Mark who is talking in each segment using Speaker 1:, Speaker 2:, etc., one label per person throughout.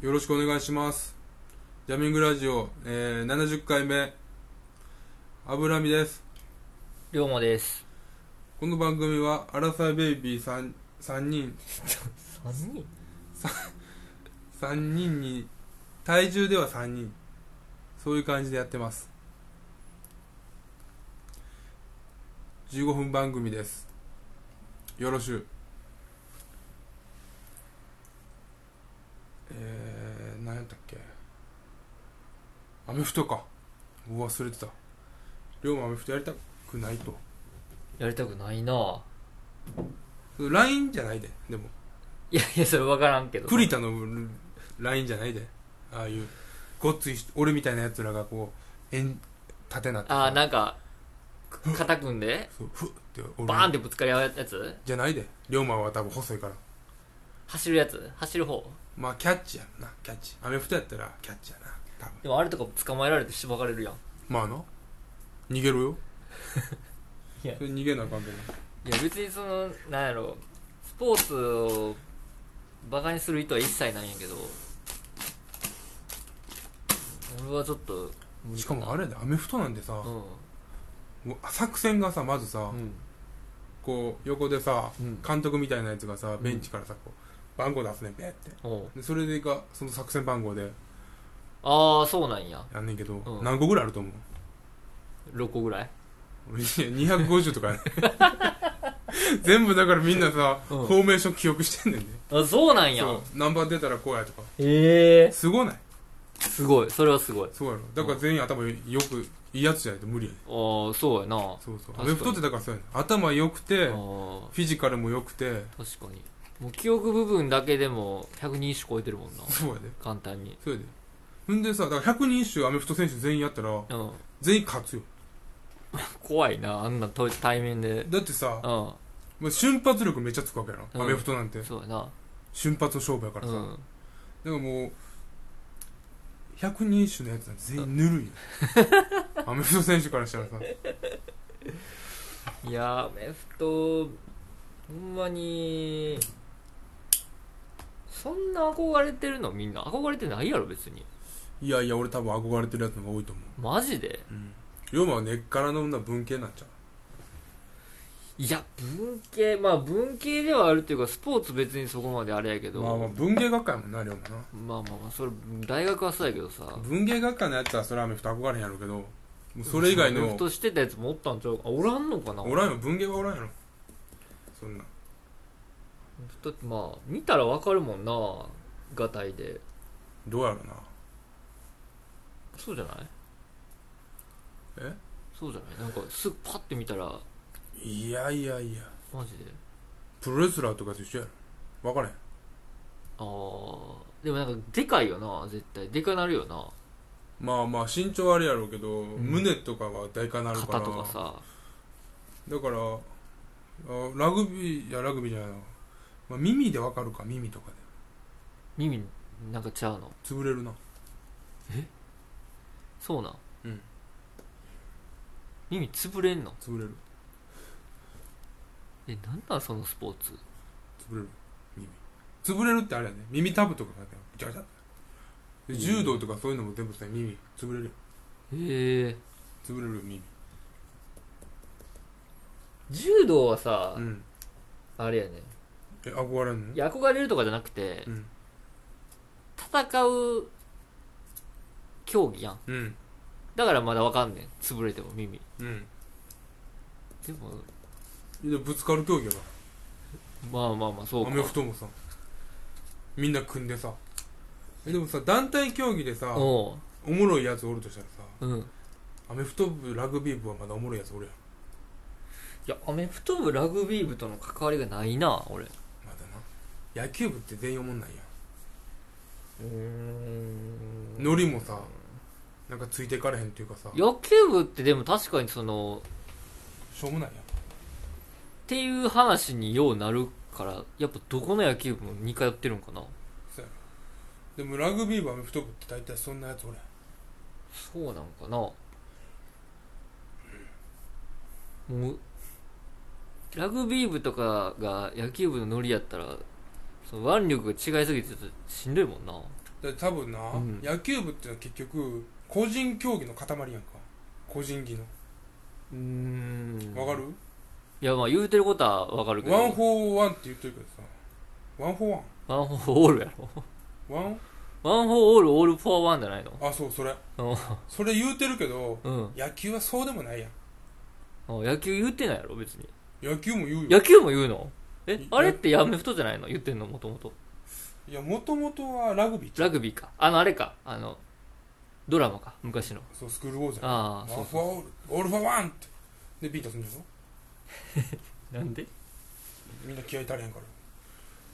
Speaker 1: よろしくお願いします。ジャミングラジオ、えー、70回目、油見です。
Speaker 2: 龍馬です
Speaker 1: この番組は、アラサーベイビー 3, 三人、
Speaker 2: 3人
Speaker 1: 3人に、体重では3人、そういう感じでやってます。15分番組です。よろしゅう。えー、何やったっけアメフトか。うわ忘れてた。龍馬アメフトやりたくないと。
Speaker 2: やりたくないな
Speaker 1: それ LINE じゃないで、でも。
Speaker 2: いやいやそれ分からんけど
Speaker 1: 栗田のうんラインじゃないでああいうごっつい人俺みたいなやつらがこう円縦なって
Speaker 2: ああなんかく肩組んで
Speaker 1: そうふって俺
Speaker 2: バーンってぶつかり合うやつ
Speaker 1: じゃないで龍馬は多分細いから
Speaker 2: 走るやつ走る方
Speaker 1: まあキャッチやんなキャッチアメフトやったらキャッチやな多分
Speaker 2: でもあれとか捕まえられてしばかれるやん
Speaker 1: まあな逃げろよ
Speaker 2: いや
Speaker 1: それ逃げなあかんけど
Speaker 2: いや別にそのなんやろスポーツをバカにする意図は一切ないんやけど俺はちょっと無理な
Speaker 1: しかもあれだアメフトなんてさ
Speaker 2: う、
Speaker 1: もう作戦がさまずさ、
Speaker 2: んうん
Speaker 1: こう横でさ、
Speaker 2: うん
Speaker 1: 監督みたいなやつがさ
Speaker 2: ん
Speaker 1: ベンチからさこう番号出すねんべって
Speaker 2: おう
Speaker 1: でそれでがその作戦番号で
Speaker 2: ああそうなんや
Speaker 1: やんねんけど、
Speaker 2: うん
Speaker 1: 何個ぐらいあると思う
Speaker 2: 6個ぐらい
Speaker 1: 俺250とかね 全部だからみんなさ、
Speaker 2: うん
Speaker 1: フォーメーション記憶してんねんね
Speaker 2: あそうなんや
Speaker 1: そう何番出たらこうやとか
Speaker 2: ええ
Speaker 1: すごない
Speaker 2: すごいそれはすごい
Speaker 1: そうやろだから全員頭よくいいやつじゃないと無理やね
Speaker 2: ああそうやなあ
Speaker 1: そうそうア
Speaker 2: 確かに
Speaker 1: メフトってだからそうやねん頭良くてフ
Speaker 2: あ
Speaker 1: ィジカルも良くて
Speaker 2: 確かにもう記憶部分だけでも120種超えてるもんな
Speaker 1: そうやで
Speaker 2: 簡単に
Speaker 1: そうやでほんでさだから100人一首アメフト選手全員やったら
Speaker 2: うん
Speaker 1: 全員勝つよ
Speaker 2: 怖いなあんなと対面で
Speaker 1: だってさ
Speaker 2: う、ん
Speaker 1: まあ瞬発力めっちゃつくわけやろ、
Speaker 2: うん
Speaker 1: アメフトなんて
Speaker 2: そうやな
Speaker 1: 瞬発の勝負やから
Speaker 2: う
Speaker 1: さ、
Speaker 2: ん
Speaker 1: だからもう百人一首のやつは全員ぬるいよ アメフト選手からしたらさ
Speaker 2: いやーアメフトほんまにそんな憧れてるのみんな憧れてないやろ別に
Speaker 1: いやいや俺多分憧れてるやつの方が多いと思う
Speaker 2: マジで
Speaker 1: 龍馬は根っからの女文系なんちゃ
Speaker 2: いや文系まあ文系ではあるっていうかスポーツ別にそこまであれやけ
Speaker 1: う
Speaker 2: ど
Speaker 1: まあまあ文芸学科やもんな龍馬な
Speaker 2: まあまあまあそれ大学はそうやけどさ
Speaker 1: 文芸学科のやつはそれはアメフト憧れへんやろうけどもうそれ以外
Speaker 2: アメフ
Speaker 1: の
Speaker 2: トしてたやつもおったんちゃうかあおらんのかな
Speaker 1: おらんよ文芸はおらんやろそんな
Speaker 2: だってまあ見たらわかるもんながたいで
Speaker 1: どうやろな
Speaker 2: そうじゃない
Speaker 1: え
Speaker 2: そうじゃないなんかすぐパッて見たら
Speaker 1: いやいやいや
Speaker 2: マジで
Speaker 1: プロレスラーとかと一緒やろ分からへん
Speaker 2: ああでもなんかでかいよな絶対でかなるよな
Speaker 1: まあまあ身長はあれやろうけど、
Speaker 2: ん
Speaker 1: 胸とかは大かなるから
Speaker 2: 肩とかさ
Speaker 1: だからあラグビーいやラグビーじゃないな、まあ、耳でわかるか耳とかで
Speaker 2: 耳なんかちゃうの
Speaker 1: 潰れるな
Speaker 2: そうなん
Speaker 1: うん
Speaker 2: 耳潰れんの
Speaker 1: 潰れる
Speaker 2: えなんなんそのスポーツ
Speaker 1: 潰れる耳潰れるってあれやね耳タブとかがねガチャガチャで柔道とかそういうのも全部さ耳潰れるよ
Speaker 2: へえ
Speaker 1: 潰れるよ耳
Speaker 2: 柔道はさ、
Speaker 1: うん
Speaker 2: あれやね
Speaker 1: え憧れんの
Speaker 2: いや憧れるとかじゃなくて
Speaker 1: うん
Speaker 2: 戦う競技やん
Speaker 1: うん
Speaker 2: だからまだわかんねん潰れても耳
Speaker 1: うん
Speaker 2: でも
Speaker 1: でぶつかる競技やか
Speaker 2: まあまあまあそう
Speaker 1: ら
Speaker 2: か
Speaker 1: アメフトもさみんな組んでさえでもさ団体競技でさお
Speaker 2: お
Speaker 1: もろいやつおるとしたらさ
Speaker 2: ううんい
Speaker 1: アメフト部ラグビー部はまだおもろいやつおるやん
Speaker 2: やアメフト部ラグビー部との関わりがないな俺う
Speaker 1: まだな野球部って全員おもんないや
Speaker 2: ーん
Speaker 1: んノリもさなんかついていかれへんっていうかさ
Speaker 2: 野球部ってでも確かにそのっ
Speaker 1: しょうもないやん
Speaker 2: ていう話にようなるからやっぱどこの野球部も似通ってるんかな
Speaker 1: でもラグビー部アメフト部って大体そんなやつおれん
Speaker 2: そうなんかなもうラグビー部とかが野球部のノリやったらその腕力が違いすぎてちょっとしんどいもんな
Speaker 1: で多分な、
Speaker 2: ん
Speaker 1: 野球部っていうのは結局個人競技の塊やんか個人技の
Speaker 2: うーん
Speaker 1: わかる、
Speaker 2: いやまあ言うてることはわかるけど
Speaker 1: ワン・フォー・ワンって言ってるけどさワン・フォー・ワン
Speaker 2: ワンフォーオールやろ
Speaker 1: ワン
Speaker 2: ワンフォーオールオールフォーワンじゃないの
Speaker 1: あそうそれ
Speaker 2: うん
Speaker 1: それ言うてるけど
Speaker 2: うん
Speaker 1: 野球はそうでもないやん
Speaker 2: 野球言ってないやろ別に
Speaker 1: 野球も言うよ
Speaker 2: 野球も言うのえ
Speaker 1: い
Speaker 2: あれってやめふとじゃないの言ってんのもともと
Speaker 1: いやもともとはラグビーちゃう
Speaker 2: ラグビーかあのあれかあのドラマか昔の
Speaker 1: そうスクールウォーズやん
Speaker 2: ああ
Speaker 1: ワ
Speaker 2: そ
Speaker 1: ン・フ
Speaker 2: う
Speaker 1: ォー・
Speaker 2: そ
Speaker 1: オールオール・フォー・ワンってでビートするんだろ
Speaker 2: うなんで
Speaker 1: みんな気合い足りへんから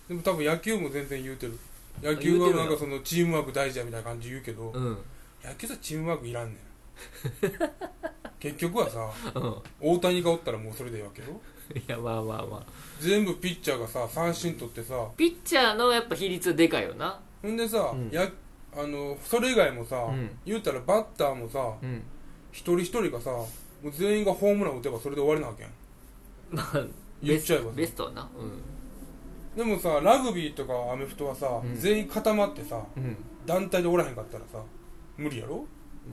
Speaker 1: でも多分野球も全然言うてる野球はなんかそのチームワーク大事やみたいな感じ言うけど、
Speaker 2: うん
Speaker 1: 野球はチームワークいらんねん結局はさ
Speaker 2: うん
Speaker 1: 大谷がおったらもうそれでいいわけよ
Speaker 2: いやまあまあまあ
Speaker 1: 全部ピッチャーがさ三振取ってさ
Speaker 2: ピッチャーのやっぱ比率はでかいよな
Speaker 1: ほんでさ、
Speaker 2: うん
Speaker 1: やあのそれ以外もさ、
Speaker 2: うん
Speaker 1: 言うたらバッターもさ
Speaker 2: うん
Speaker 1: 一人一人がさもう全員がホームラン打てばそれで終わりなわけやん
Speaker 2: まあ
Speaker 1: 言っちゃえばさ
Speaker 2: ベストはなう
Speaker 1: でもさラグビーとかアメフトはさ、
Speaker 2: うん
Speaker 1: 全員固まってさ
Speaker 2: んうん
Speaker 1: 団体でおらへんかったらさ無理やろ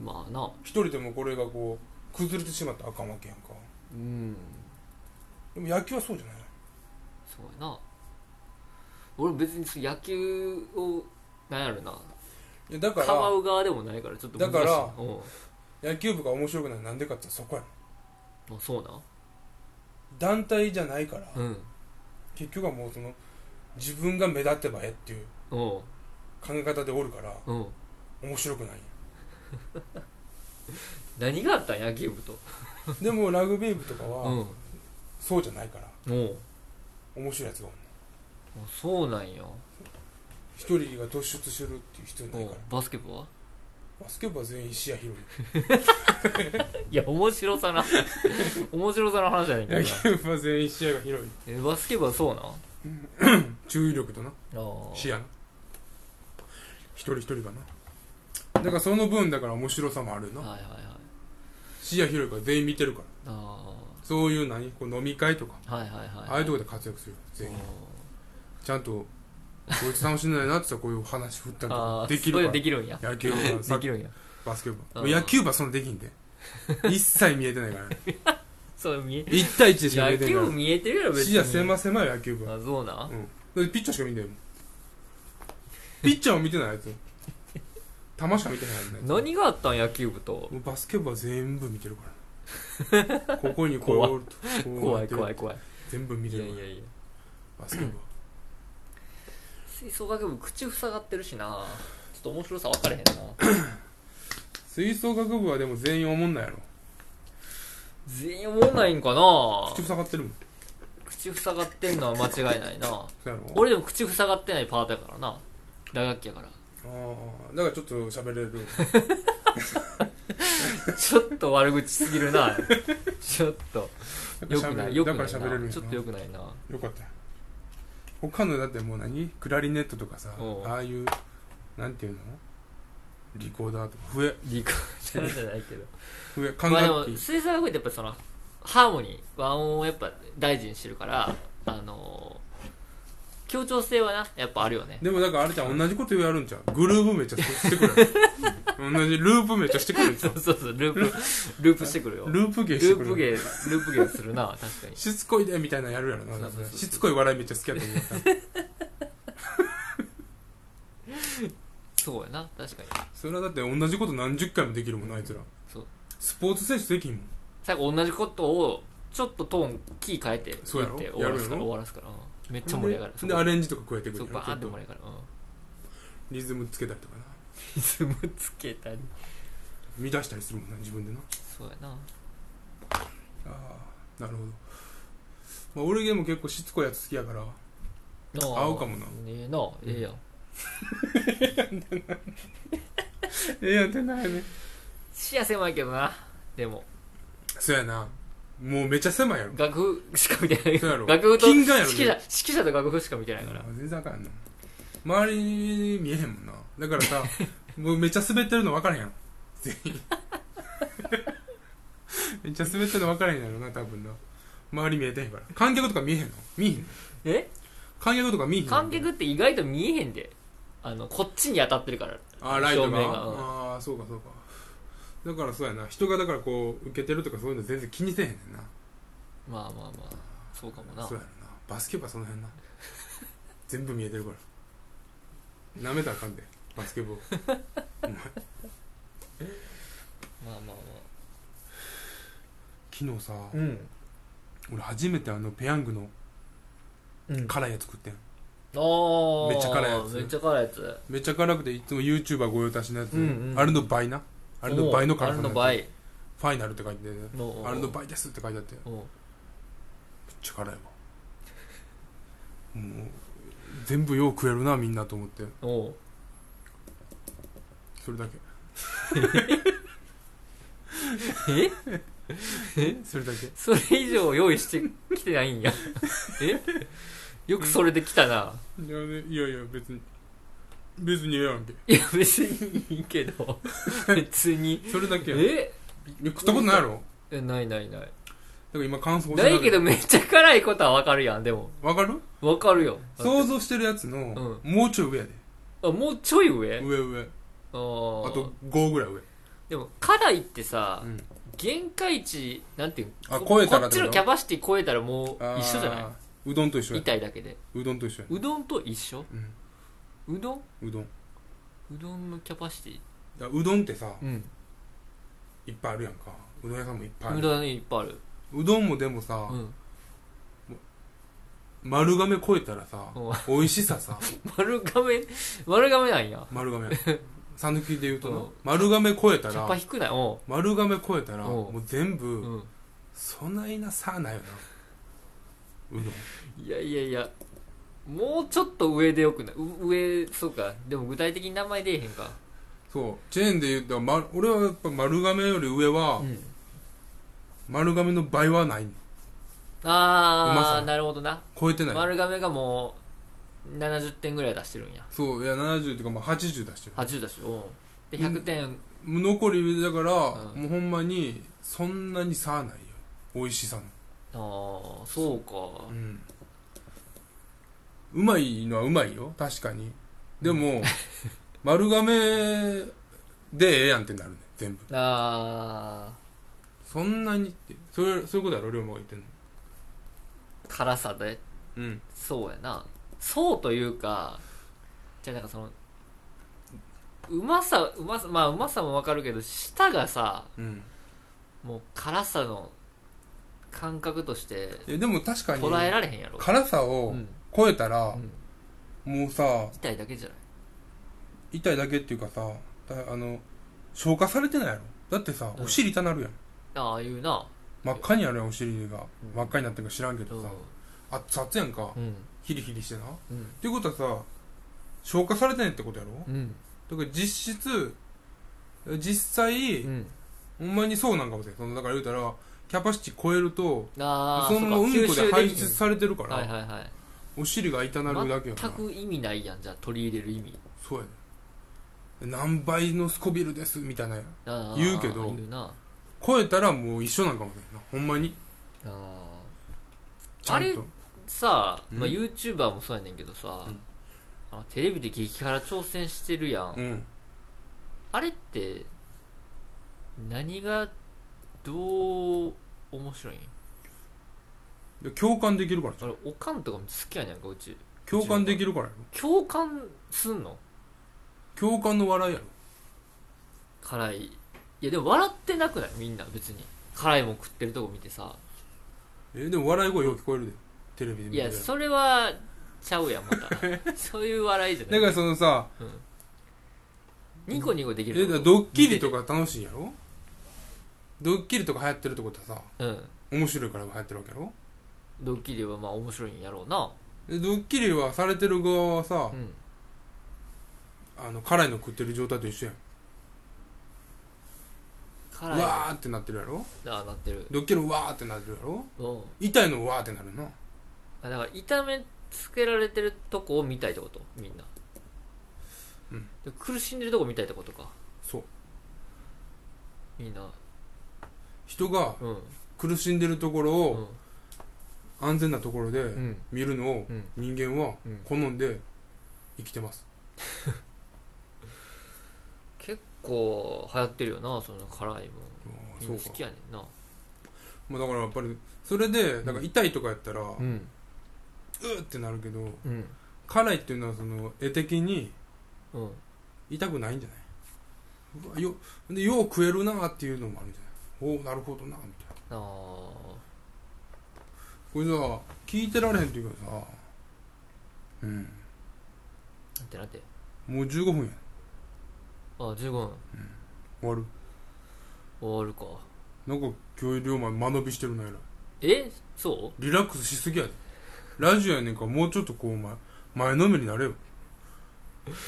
Speaker 2: まあな
Speaker 1: 一人でもこれがこう崩れてしまったらあかんわけやんか
Speaker 2: うん
Speaker 1: でも野球はそうじゃない
Speaker 2: そうやな俺別に野球をなんやろない
Speaker 1: やだか
Speaker 2: 構
Speaker 1: ら
Speaker 2: う側でもないからちょっと
Speaker 1: だ
Speaker 2: 難し
Speaker 1: か
Speaker 2: い
Speaker 1: ら
Speaker 2: うん
Speaker 1: 野球部が面白くないのはなんでかって言ったらそこやん
Speaker 2: まあそうな
Speaker 1: 団体じゃないから、
Speaker 2: うん
Speaker 1: 結局はもうその自分が目立てばえっていう
Speaker 2: うん
Speaker 1: 考え方でおるから
Speaker 2: うん
Speaker 1: 面白くないんや
Speaker 2: 何があったん野球部と
Speaker 1: でもラグビー部とか
Speaker 2: う
Speaker 1: は
Speaker 2: ん
Speaker 1: そうじゃないから
Speaker 2: もう
Speaker 1: 面白いやつがおんね
Speaker 2: あそうなんや
Speaker 1: ん一人が突出するっていう必要
Speaker 2: う
Speaker 1: ない
Speaker 2: ん
Speaker 1: から
Speaker 2: バスケ部は
Speaker 1: バスケ部は全員視野広い
Speaker 2: いや面白さな面白さの話じゃないけど
Speaker 1: 野
Speaker 2: な
Speaker 1: 球部は全員視野が広い
Speaker 2: えバスケ部はそうなんあ
Speaker 1: 注意力とな
Speaker 2: あ
Speaker 1: 視野な一人一人がなだからその分だから面白さもあるよな
Speaker 2: はいはいはい
Speaker 1: 視野広いから全員見てるから
Speaker 2: あ
Speaker 1: そういう何こう飲み会とか
Speaker 2: あはいはいはい
Speaker 1: ああいうとこで活躍するよ全員
Speaker 2: あ
Speaker 1: ちゃんとこいつ楽しんでないなって言ったらこういう話振ったりと
Speaker 2: あ
Speaker 1: か
Speaker 2: ー
Speaker 1: でき
Speaker 2: そうい
Speaker 1: る
Speaker 2: うの
Speaker 1: か
Speaker 2: できるんや
Speaker 1: ら野球部 は
Speaker 2: できるんや
Speaker 1: バスケ部
Speaker 2: あー
Speaker 1: 野球部はそんなできんで一切見えてないからね
Speaker 2: そう見え
Speaker 1: 1対1でしか見え
Speaker 2: 野
Speaker 1: てない
Speaker 2: 球
Speaker 1: か
Speaker 2: 部見えてるやろ
Speaker 1: ら
Speaker 2: 別に
Speaker 1: 視野狭狭い野球部は
Speaker 2: あそうなん
Speaker 1: うんピッチャーしか見んないもんピッチャーも見てないやつ球しか見てないやつね
Speaker 2: 何があったん野球部と
Speaker 1: もうバスケ部は全部見てる からねここにこう
Speaker 2: 怖い
Speaker 1: おるとこう
Speaker 2: 怖
Speaker 1: や
Speaker 2: い
Speaker 1: って
Speaker 2: 怖い怖い
Speaker 1: 全部見
Speaker 2: い
Speaker 1: て
Speaker 2: や
Speaker 1: るか
Speaker 2: い
Speaker 1: ら
Speaker 2: やいや
Speaker 1: バスケ部は
Speaker 2: 吹奏楽部口塞がってるしなちょっと面白さ分かれへんな
Speaker 1: 吹奏楽部はでも全員おもんないやろ
Speaker 2: 全員思わないんかな
Speaker 1: 口塞がってるもん
Speaker 2: 口塞がってんのは間違いないな
Speaker 1: そうやろ
Speaker 2: 俺でも口塞がってないパートやからな打楽器やから
Speaker 1: ああだからちょっと喋れる
Speaker 2: ちょっと悪口すぎるなちょっと よくないよく
Speaker 1: だ
Speaker 2: ない
Speaker 1: から
Speaker 2: な
Speaker 1: 喋れるんやな
Speaker 2: ちょっとよくないな
Speaker 1: よかったよ他のだってもう何クラリネットとかさ
Speaker 2: おう
Speaker 1: ああいうなんていうのリコーダーとか笛
Speaker 2: 理解じゃないけど
Speaker 1: 笛管
Speaker 2: まあで
Speaker 1: 楽
Speaker 2: も
Speaker 1: 器
Speaker 2: 吹奏楽部ってやっぱそのハーモニー和音をやっぱ大事にしてるからあのー協調性はなやっぱあるよね
Speaker 1: でもだからあれちゃん同じこと言うやるんちゃうグルーブめっちゃしてくる 同じループめっちゃしてくるんちゃ
Speaker 2: そううそうそう ループループしてくる よル
Speaker 1: ループ芸してく
Speaker 2: ー
Speaker 1: る
Speaker 2: プ芸ループ芸するな確かに
Speaker 1: しつこいでみたいなのやるやろな
Speaker 2: そうそうそう
Speaker 1: しつこい笑いめっちゃ好きやと思う
Speaker 2: そうやな確かに
Speaker 1: それはだって同じこと何十回もできるもんなあいつら
Speaker 2: そう
Speaker 1: スポーツ選手できんもん
Speaker 2: 最後同じことをちょっとトーンキー変えて
Speaker 1: そうやろ
Speaker 2: 言って終わらすから
Speaker 1: やるやろ
Speaker 2: 終わらすから、うんめっちゃ盛り上がる
Speaker 1: で
Speaker 2: そ
Speaker 1: で
Speaker 2: こ
Speaker 1: アレンジとか加えてく
Speaker 2: そ
Speaker 1: る
Speaker 2: こ
Speaker 1: やろ
Speaker 2: バーンって
Speaker 1: ちょっと
Speaker 2: 盛り上がる、うん、
Speaker 1: リズムつけたりとかな
Speaker 2: リズムつけたり
Speaker 1: 乱したりするもんな自分でな
Speaker 2: そうやな
Speaker 1: ああなるほど、まあ、俺でも結構しつこいやつ好きや から
Speaker 2: あ
Speaker 1: 合うかもな
Speaker 2: ねえなええやん
Speaker 1: ええやんてないね
Speaker 2: 視野狭いけどなでも
Speaker 1: そうやなもうめっちゃ狭いやろ
Speaker 2: 楽譜しか見てない
Speaker 1: そうやろ
Speaker 2: 楽譜と指
Speaker 1: 金眼やろ
Speaker 2: 揮者指揮者と楽譜しか見てないから
Speaker 1: あ全然あかんやんな周りに見えへんもんなだから さもうめっちゃ滑ってるの分からへんやろ全員 めっちゃ滑ってるの分からへんやろな多分な周り見えてへんから観客とか見えへんの見えへん
Speaker 2: え
Speaker 1: 観客とか見えへんの
Speaker 2: 観客って意外と見えへんであのこっちに当たってるから
Speaker 1: あーライトが
Speaker 2: 照明がうん
Speaker 1: ああーそうかそうかだからそうやな人がだからこう受けてるとかそういうの全然気にせえへんねんな
Speaker 2: まあまあまあそうかもな
Speaker 1: そうやろなバスケ部はその辺な全部見えてるからなめたらあかんでバスケ部をお前
Speaker 2: まあまあま
Speaker 1: 昨日さ、
Speaker 2: あうん
Speaker 1: 俺初めてあのペヤングの
Speaker 2: うん
Speaker 1: 辛いやつ食ってん
Speaker 2: ああ
Speaker 1: めっちゃ辛いやつ
Speaker 2: めっちゃ辛いやつ
Speaker 1: めっちゃ辛くていつも YouTuber ご用達のやつ、
Speaker 2: うんうん
Speaker 1: あれの倍なあれの倍の辛さ
Speaker 2: あれ
Speaker 1: の
Speaker 2: の
Speaker 1: や
Speaker 2: 倍
Speaker 1: つファイナルって書いてて、ね、
Speaker 2: の
Speaker 1: あれの倍ですって書いてあってめっ
Speaker 2: うん
Speaker 1: ちゃ辛いわもう全部よう食えるなみんなと思って
Speaker 2: おう
Speaker 1: それだけ
Speaker 2: え
Speaker 1: それだけ
Speaker 2: それ以上用意してきてないんやえよくそれできたない
Speaker 1: やいやいや別に別にええやんけ
Speaker 2: いや別にいいけど別に
Speaker 1: それだけやんいや
Speaker 2: え
Speaker 1: 食ったことないやろだ
Speaker 2: えないないない
Speaker 1: から今感想教えてあ
Speaker 2: な
Speaker 1: げ
Speaker 2: い
Speaker 1: る
Speaker 2: けどめっちゃ辛いことはわかるやんでも
Speaker 1: わかる
Speaker 2: わかるよ
Speaker 1: 想像してるやつの、もうちょい上やで
Speaker 2: あもうちょい上
Speaker 1: 上上
Speaker 2: あ
Speaker 1: あ
Speaker 2: ー
Speaker 1: と5ぐらい上
Speaker 2: でも辛いってさ、
Speaker 1: うん
Speaker 2: 限界値なんていう
Speaker 1: あ
Speaker 2: こ
Speaker 1: 超えたら
Speaker 2: こっち
Speaker 1: ってこ
Speaker 2: の
Speaker 1: と
Speaker 2: キャパシティ超えたらもう
Speaker 1: あー
Speaker 2: 一緒じゃな
Speaker 1: うどんと一緒
Speaker 2: い
Speaker 1: や
Speaker 2: 痛いだけで
Speaker 1: うどんと一緒や
Speaker 2: うどんと一緒うどん
Speaker 1: うんうどん
Speaker 2: うどんのキャパシティ
Speaker 1: だからうどんってさ
Speaker 2: うん
Speaker 1: いっぱいあるやんかうどん屋さんもいっぱいあ
Speaker 2: う
Speaker 1: る
Speaker 2: どんいっぱいある
Speaker 1: うどんもでもさ、
Speaker 2: うん
Speaker 1: 丸亀超えたらさ
Speaker 2: お
Speaker 1: 美味しさ さ
Speaker 2: 丸亀丸亀なんや
Speaker 1: 丸亀讃岐で言うとな
Speaker 2: うん
Speaker 1: 丸亀超えた
Speaker 2: キャパ
Speaker 1: ら
Speaker 2: 低ないお
Speaker 1: 丸亀超えたら
Speaker 2: おう
Speaker 1: もう全部、
Speaker 2: う、うん、
Speaker 1: そないなさあないよなうどん
Speaker 2: いやいやいやもうちょっと上でよくないう上そうかでも具体的に名前出えへんか
Speaker 1: そうチェーンで言うと、ま、俺はやっぱ丸亀より上は、
Speaker 2: うん
Speaker 1: 丸亀の倍はないうま
Speaker 2: あ
Speaker 1: さ
Speaker 2: あなるほどな
Speaker 1: 超えてない
Speaker 2: 丸亀がもう70点ぐらい出してるんや
Speaker 1: そういや70っていうかまあ80出してる
Speaker 2: 80出してるうんで100点、
Speaker 1: もう残りだから、
Speaker 2: うん
Speaker 1: もうほんまにそんなに差はないよ美味しさの
Speaker 2: ああそうか
Speaker 1: うんうまいのはうまいよ確かにでも、 丸亀でええやんってなるね全部
Speaker 2: ああ
Speaker 1: そんなにってそれそういうことやろ龍馬が言ってんの
Speaker 2: 辛さで
Speaker 1: うん
Speaker 2: そうやなそうというかじゃあなんかそのうまさうまさまあうまさもわかるけど舌がさ
Speaker 1: うん
Speaker 2: もう辛さの感覚として
Speaker 1: いやでも確かに
Speaker 2: 捉えられへんやろ
Speaker 1: 辛さ
Speaker 2: う
Speaker 1: を
Speaker 2: ん、
Speaker 1: 超えたら
Speaker 2: う、ん、
Speaker 1: もうさ
Speaker 2: 痛いだけじゃない
Speaker 1: 痛いだけっていうかさだあの消化されてないやろだってさ、
Speaker 2: うん
Speaker 1: お尻痛なるやん
Speaker 2: ああいうな
Speaker 1: 真っ赤にあるやんお尻が、
Speaker 2: うん
Speaker 1: 真っ赤になってるか知らんけ
Speaker 2: う
Speaker 1: ど
Speaker 2: ん
Speaker 1: さ、熱々やんか、
Speaker 2: うん
Speaker 1: ヒリヒリしてなっ
Speaker 2: うん
Speaker 1: ていうことはさ消化されてないってことやろ、
Speaker 2: うん
Speaker 1: だから実質実際、
Speaker 2: うん
Speaker 1: ほんまにそうなんかもしれんそのだから言うたらキャパシティ超えると
Speaker 2: ああ
Speaker 1: そのままうん
Speaker 2: 吸
Speaker 1: こ
Speaker 2: 収
Speaker 1: で排
Speaker 2: きひ
Speaker 1: 出
Speaker 2: ん
Speaker 1: されてるから、
Speaker 2: はいはいはい
Speaker 1: お尻が痛なるだけやか
Speaker 2: 全
Speaker 1: ら
Speaker 2: く意味ないやんじゃあ取り入れる意味
Speaker 1: そうやね何倍のスコビルですみたいな
Speaker 2: あー
Speaker 1: 言うけど
Speaker 2: 言うな
Speaker 1: 超えたらもう一緒なんかもしれんなほんまに
Speaker 2: あー
Speaker 1: ちゃんと
Speaker 2: あれさあ、まあ、
Speaker 1: うん
Speaker 2: YouTuber もそうやねんけどさ、
Speaker 1: うん
Speaker 2: あのテレビで激辛挑戦してるやん、
Speaker 1: うん
Speaker 2: あれって何がどう面白いん
Speaker 1: で共感できるから
Speaker 2: あれおかんとかも好きやねんかうち
Speaker 1: 共感できるからやろ
Speaker 2: 共感すんの
Speaker 1: 共感の笑いやろ
Speaker 2: 辛いいやでも笑ってなくないみんな別に辛いもん食ってるとこ見てさ
Speaker 1: えでも笑い声よく聞こえるでテレビで見
Speaker 2: い
Speaker 1: てる
Speaker 2: やそれはちゃうやんま たそういう笑いじゃな
Speaker 1: だ
Speaker 2: い
Speaker 1: からそのさ
Speaker 2: ニコニコでき
Speaker 1: え
Speaker 2: る
Speaker 1: だからドッキリとか楽しいやろドッキリとか流行ってるってことはさ
Speaker 2: うん
Speaker 1: 面白いから流行ってるわけやろ
Speaker 2: ドッキリはまあ面白いんやろうな
Speaker 1: でドッキリはされてる側はさ
Speaker 2: う、ん
Speaker 1: あの辛いの食ってる状態と一緒やん、
Speaker 2: 辛いう
Speaker 1: わーってなってるやろ
Speaker 2: ああなってる
Speaker 1: ドッキリうわーってなってるやろ
Speaker 2: うん
Speaker 1: 痛いのうわーってなるな
Speaker 2: あだから痛めつけられてるとこを見たいってことみんな、
Speaker 1: うん
Speaker 2: で苦しんでるとこ見たいってことか
Speaker 1: そう
Speaker 2: みんな
Speaker 1: 人が
Speaker 2: うん
Speaker 1: 苦しんでるところ
Speaker 2: う
Speaker 1: を
Speaker 2: ん
Speaker 1: 安全なところで
Speaker 2: うん
Speaker 1: 見るのを
Speaker 2: うん
Speaker 1: 人間は
Speaker 2: うん
Speaker 1: 好んで生きてます、
Speaker 2: 構流行ってるよなその辛いもんみん
Speaker 1: そう
Speaker 2: な好
Speaker 1: か
Speaker 2: きやねんな
Speaker 1: もうだからやっぱりそれでなんか痛いとかやったら、うー
Speaker 2: ん
Speaker 1: ってなるけど
Speaker 2: うん
Speaker 1: 辛いっていうのはその絵的に
Speaker 2: うん
Speaker 1: 痛くないんじゃないうわよでよう食えるなっていうのもあるんじゃないおおなるほどなみたいな
Speaker 2: ああ
Speaker 1: これさ聞いてられへんっていうかさうん
Speaker 2: なんてなんて
Speaker 1: もう15分や
Speaker 2: ああ15分
Speaker 1: 終わる
Speaker 2: 終わるか
Speaker 1: なんか今日龍馬間延びしてるなえらい
Speaker 2: えそ
Speaker 1: リラックスしすぎやでラジオやねんからもうちょっとこうお前前のめりになれよ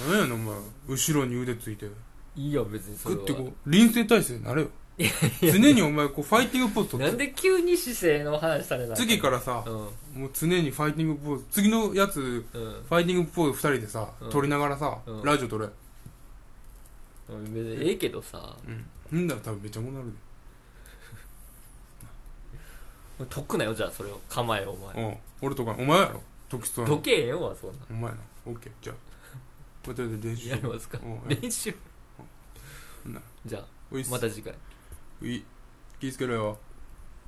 Speaker 1: 何やねんお前後ろに腕ついて
Speaker 2: ういいや別にそ
Speaker 1: グ
Speaker 2: れ
Speaker 1: ッてこ
Speaker 2: は
Speaker 1: う臨戦態勢になれよ常にお前こうファイティングポーズ取って
Speaker 2: なんで急に姿勢の話されない
Speaker 1: 次からさ
Speaker 2: うん
Speaker 1: もう常にファイティングポーズ次のやつ
Speaker 2: うん
Speaker 1: ファイティングポーズ2人でさ、
Speaker 2: うん
Speaker 1: 撮りながらさ、
Speaker 2: うん
Speaker 1: ラジオ撮れ
Speaker 2: 別にええけどさ
Speaker 1: うんんだら多分めっちゃもなる
Speaker 2: 得なよじゃあそれを構えよお
Speaker 1: で、
Speaker 2: 前
Speaker 1: うん俺とかお前やろ時とは
Speaker 2: どけへんわそんな
Speaker 1: お前やなオッケーじゃ あまた練習し
Speaker 2: や
Speaker 1: よ
Speaker 2: り
Speaker 1: う
Speaker 2: ますか
Speaker 1: うん
Speaker 2: 練習
Speaker 1: うん
Speaker 2: じゃあ
Speaker 1: おいっす
Speaker 2: また次回
Speaker 1: うい気ぃつけろよ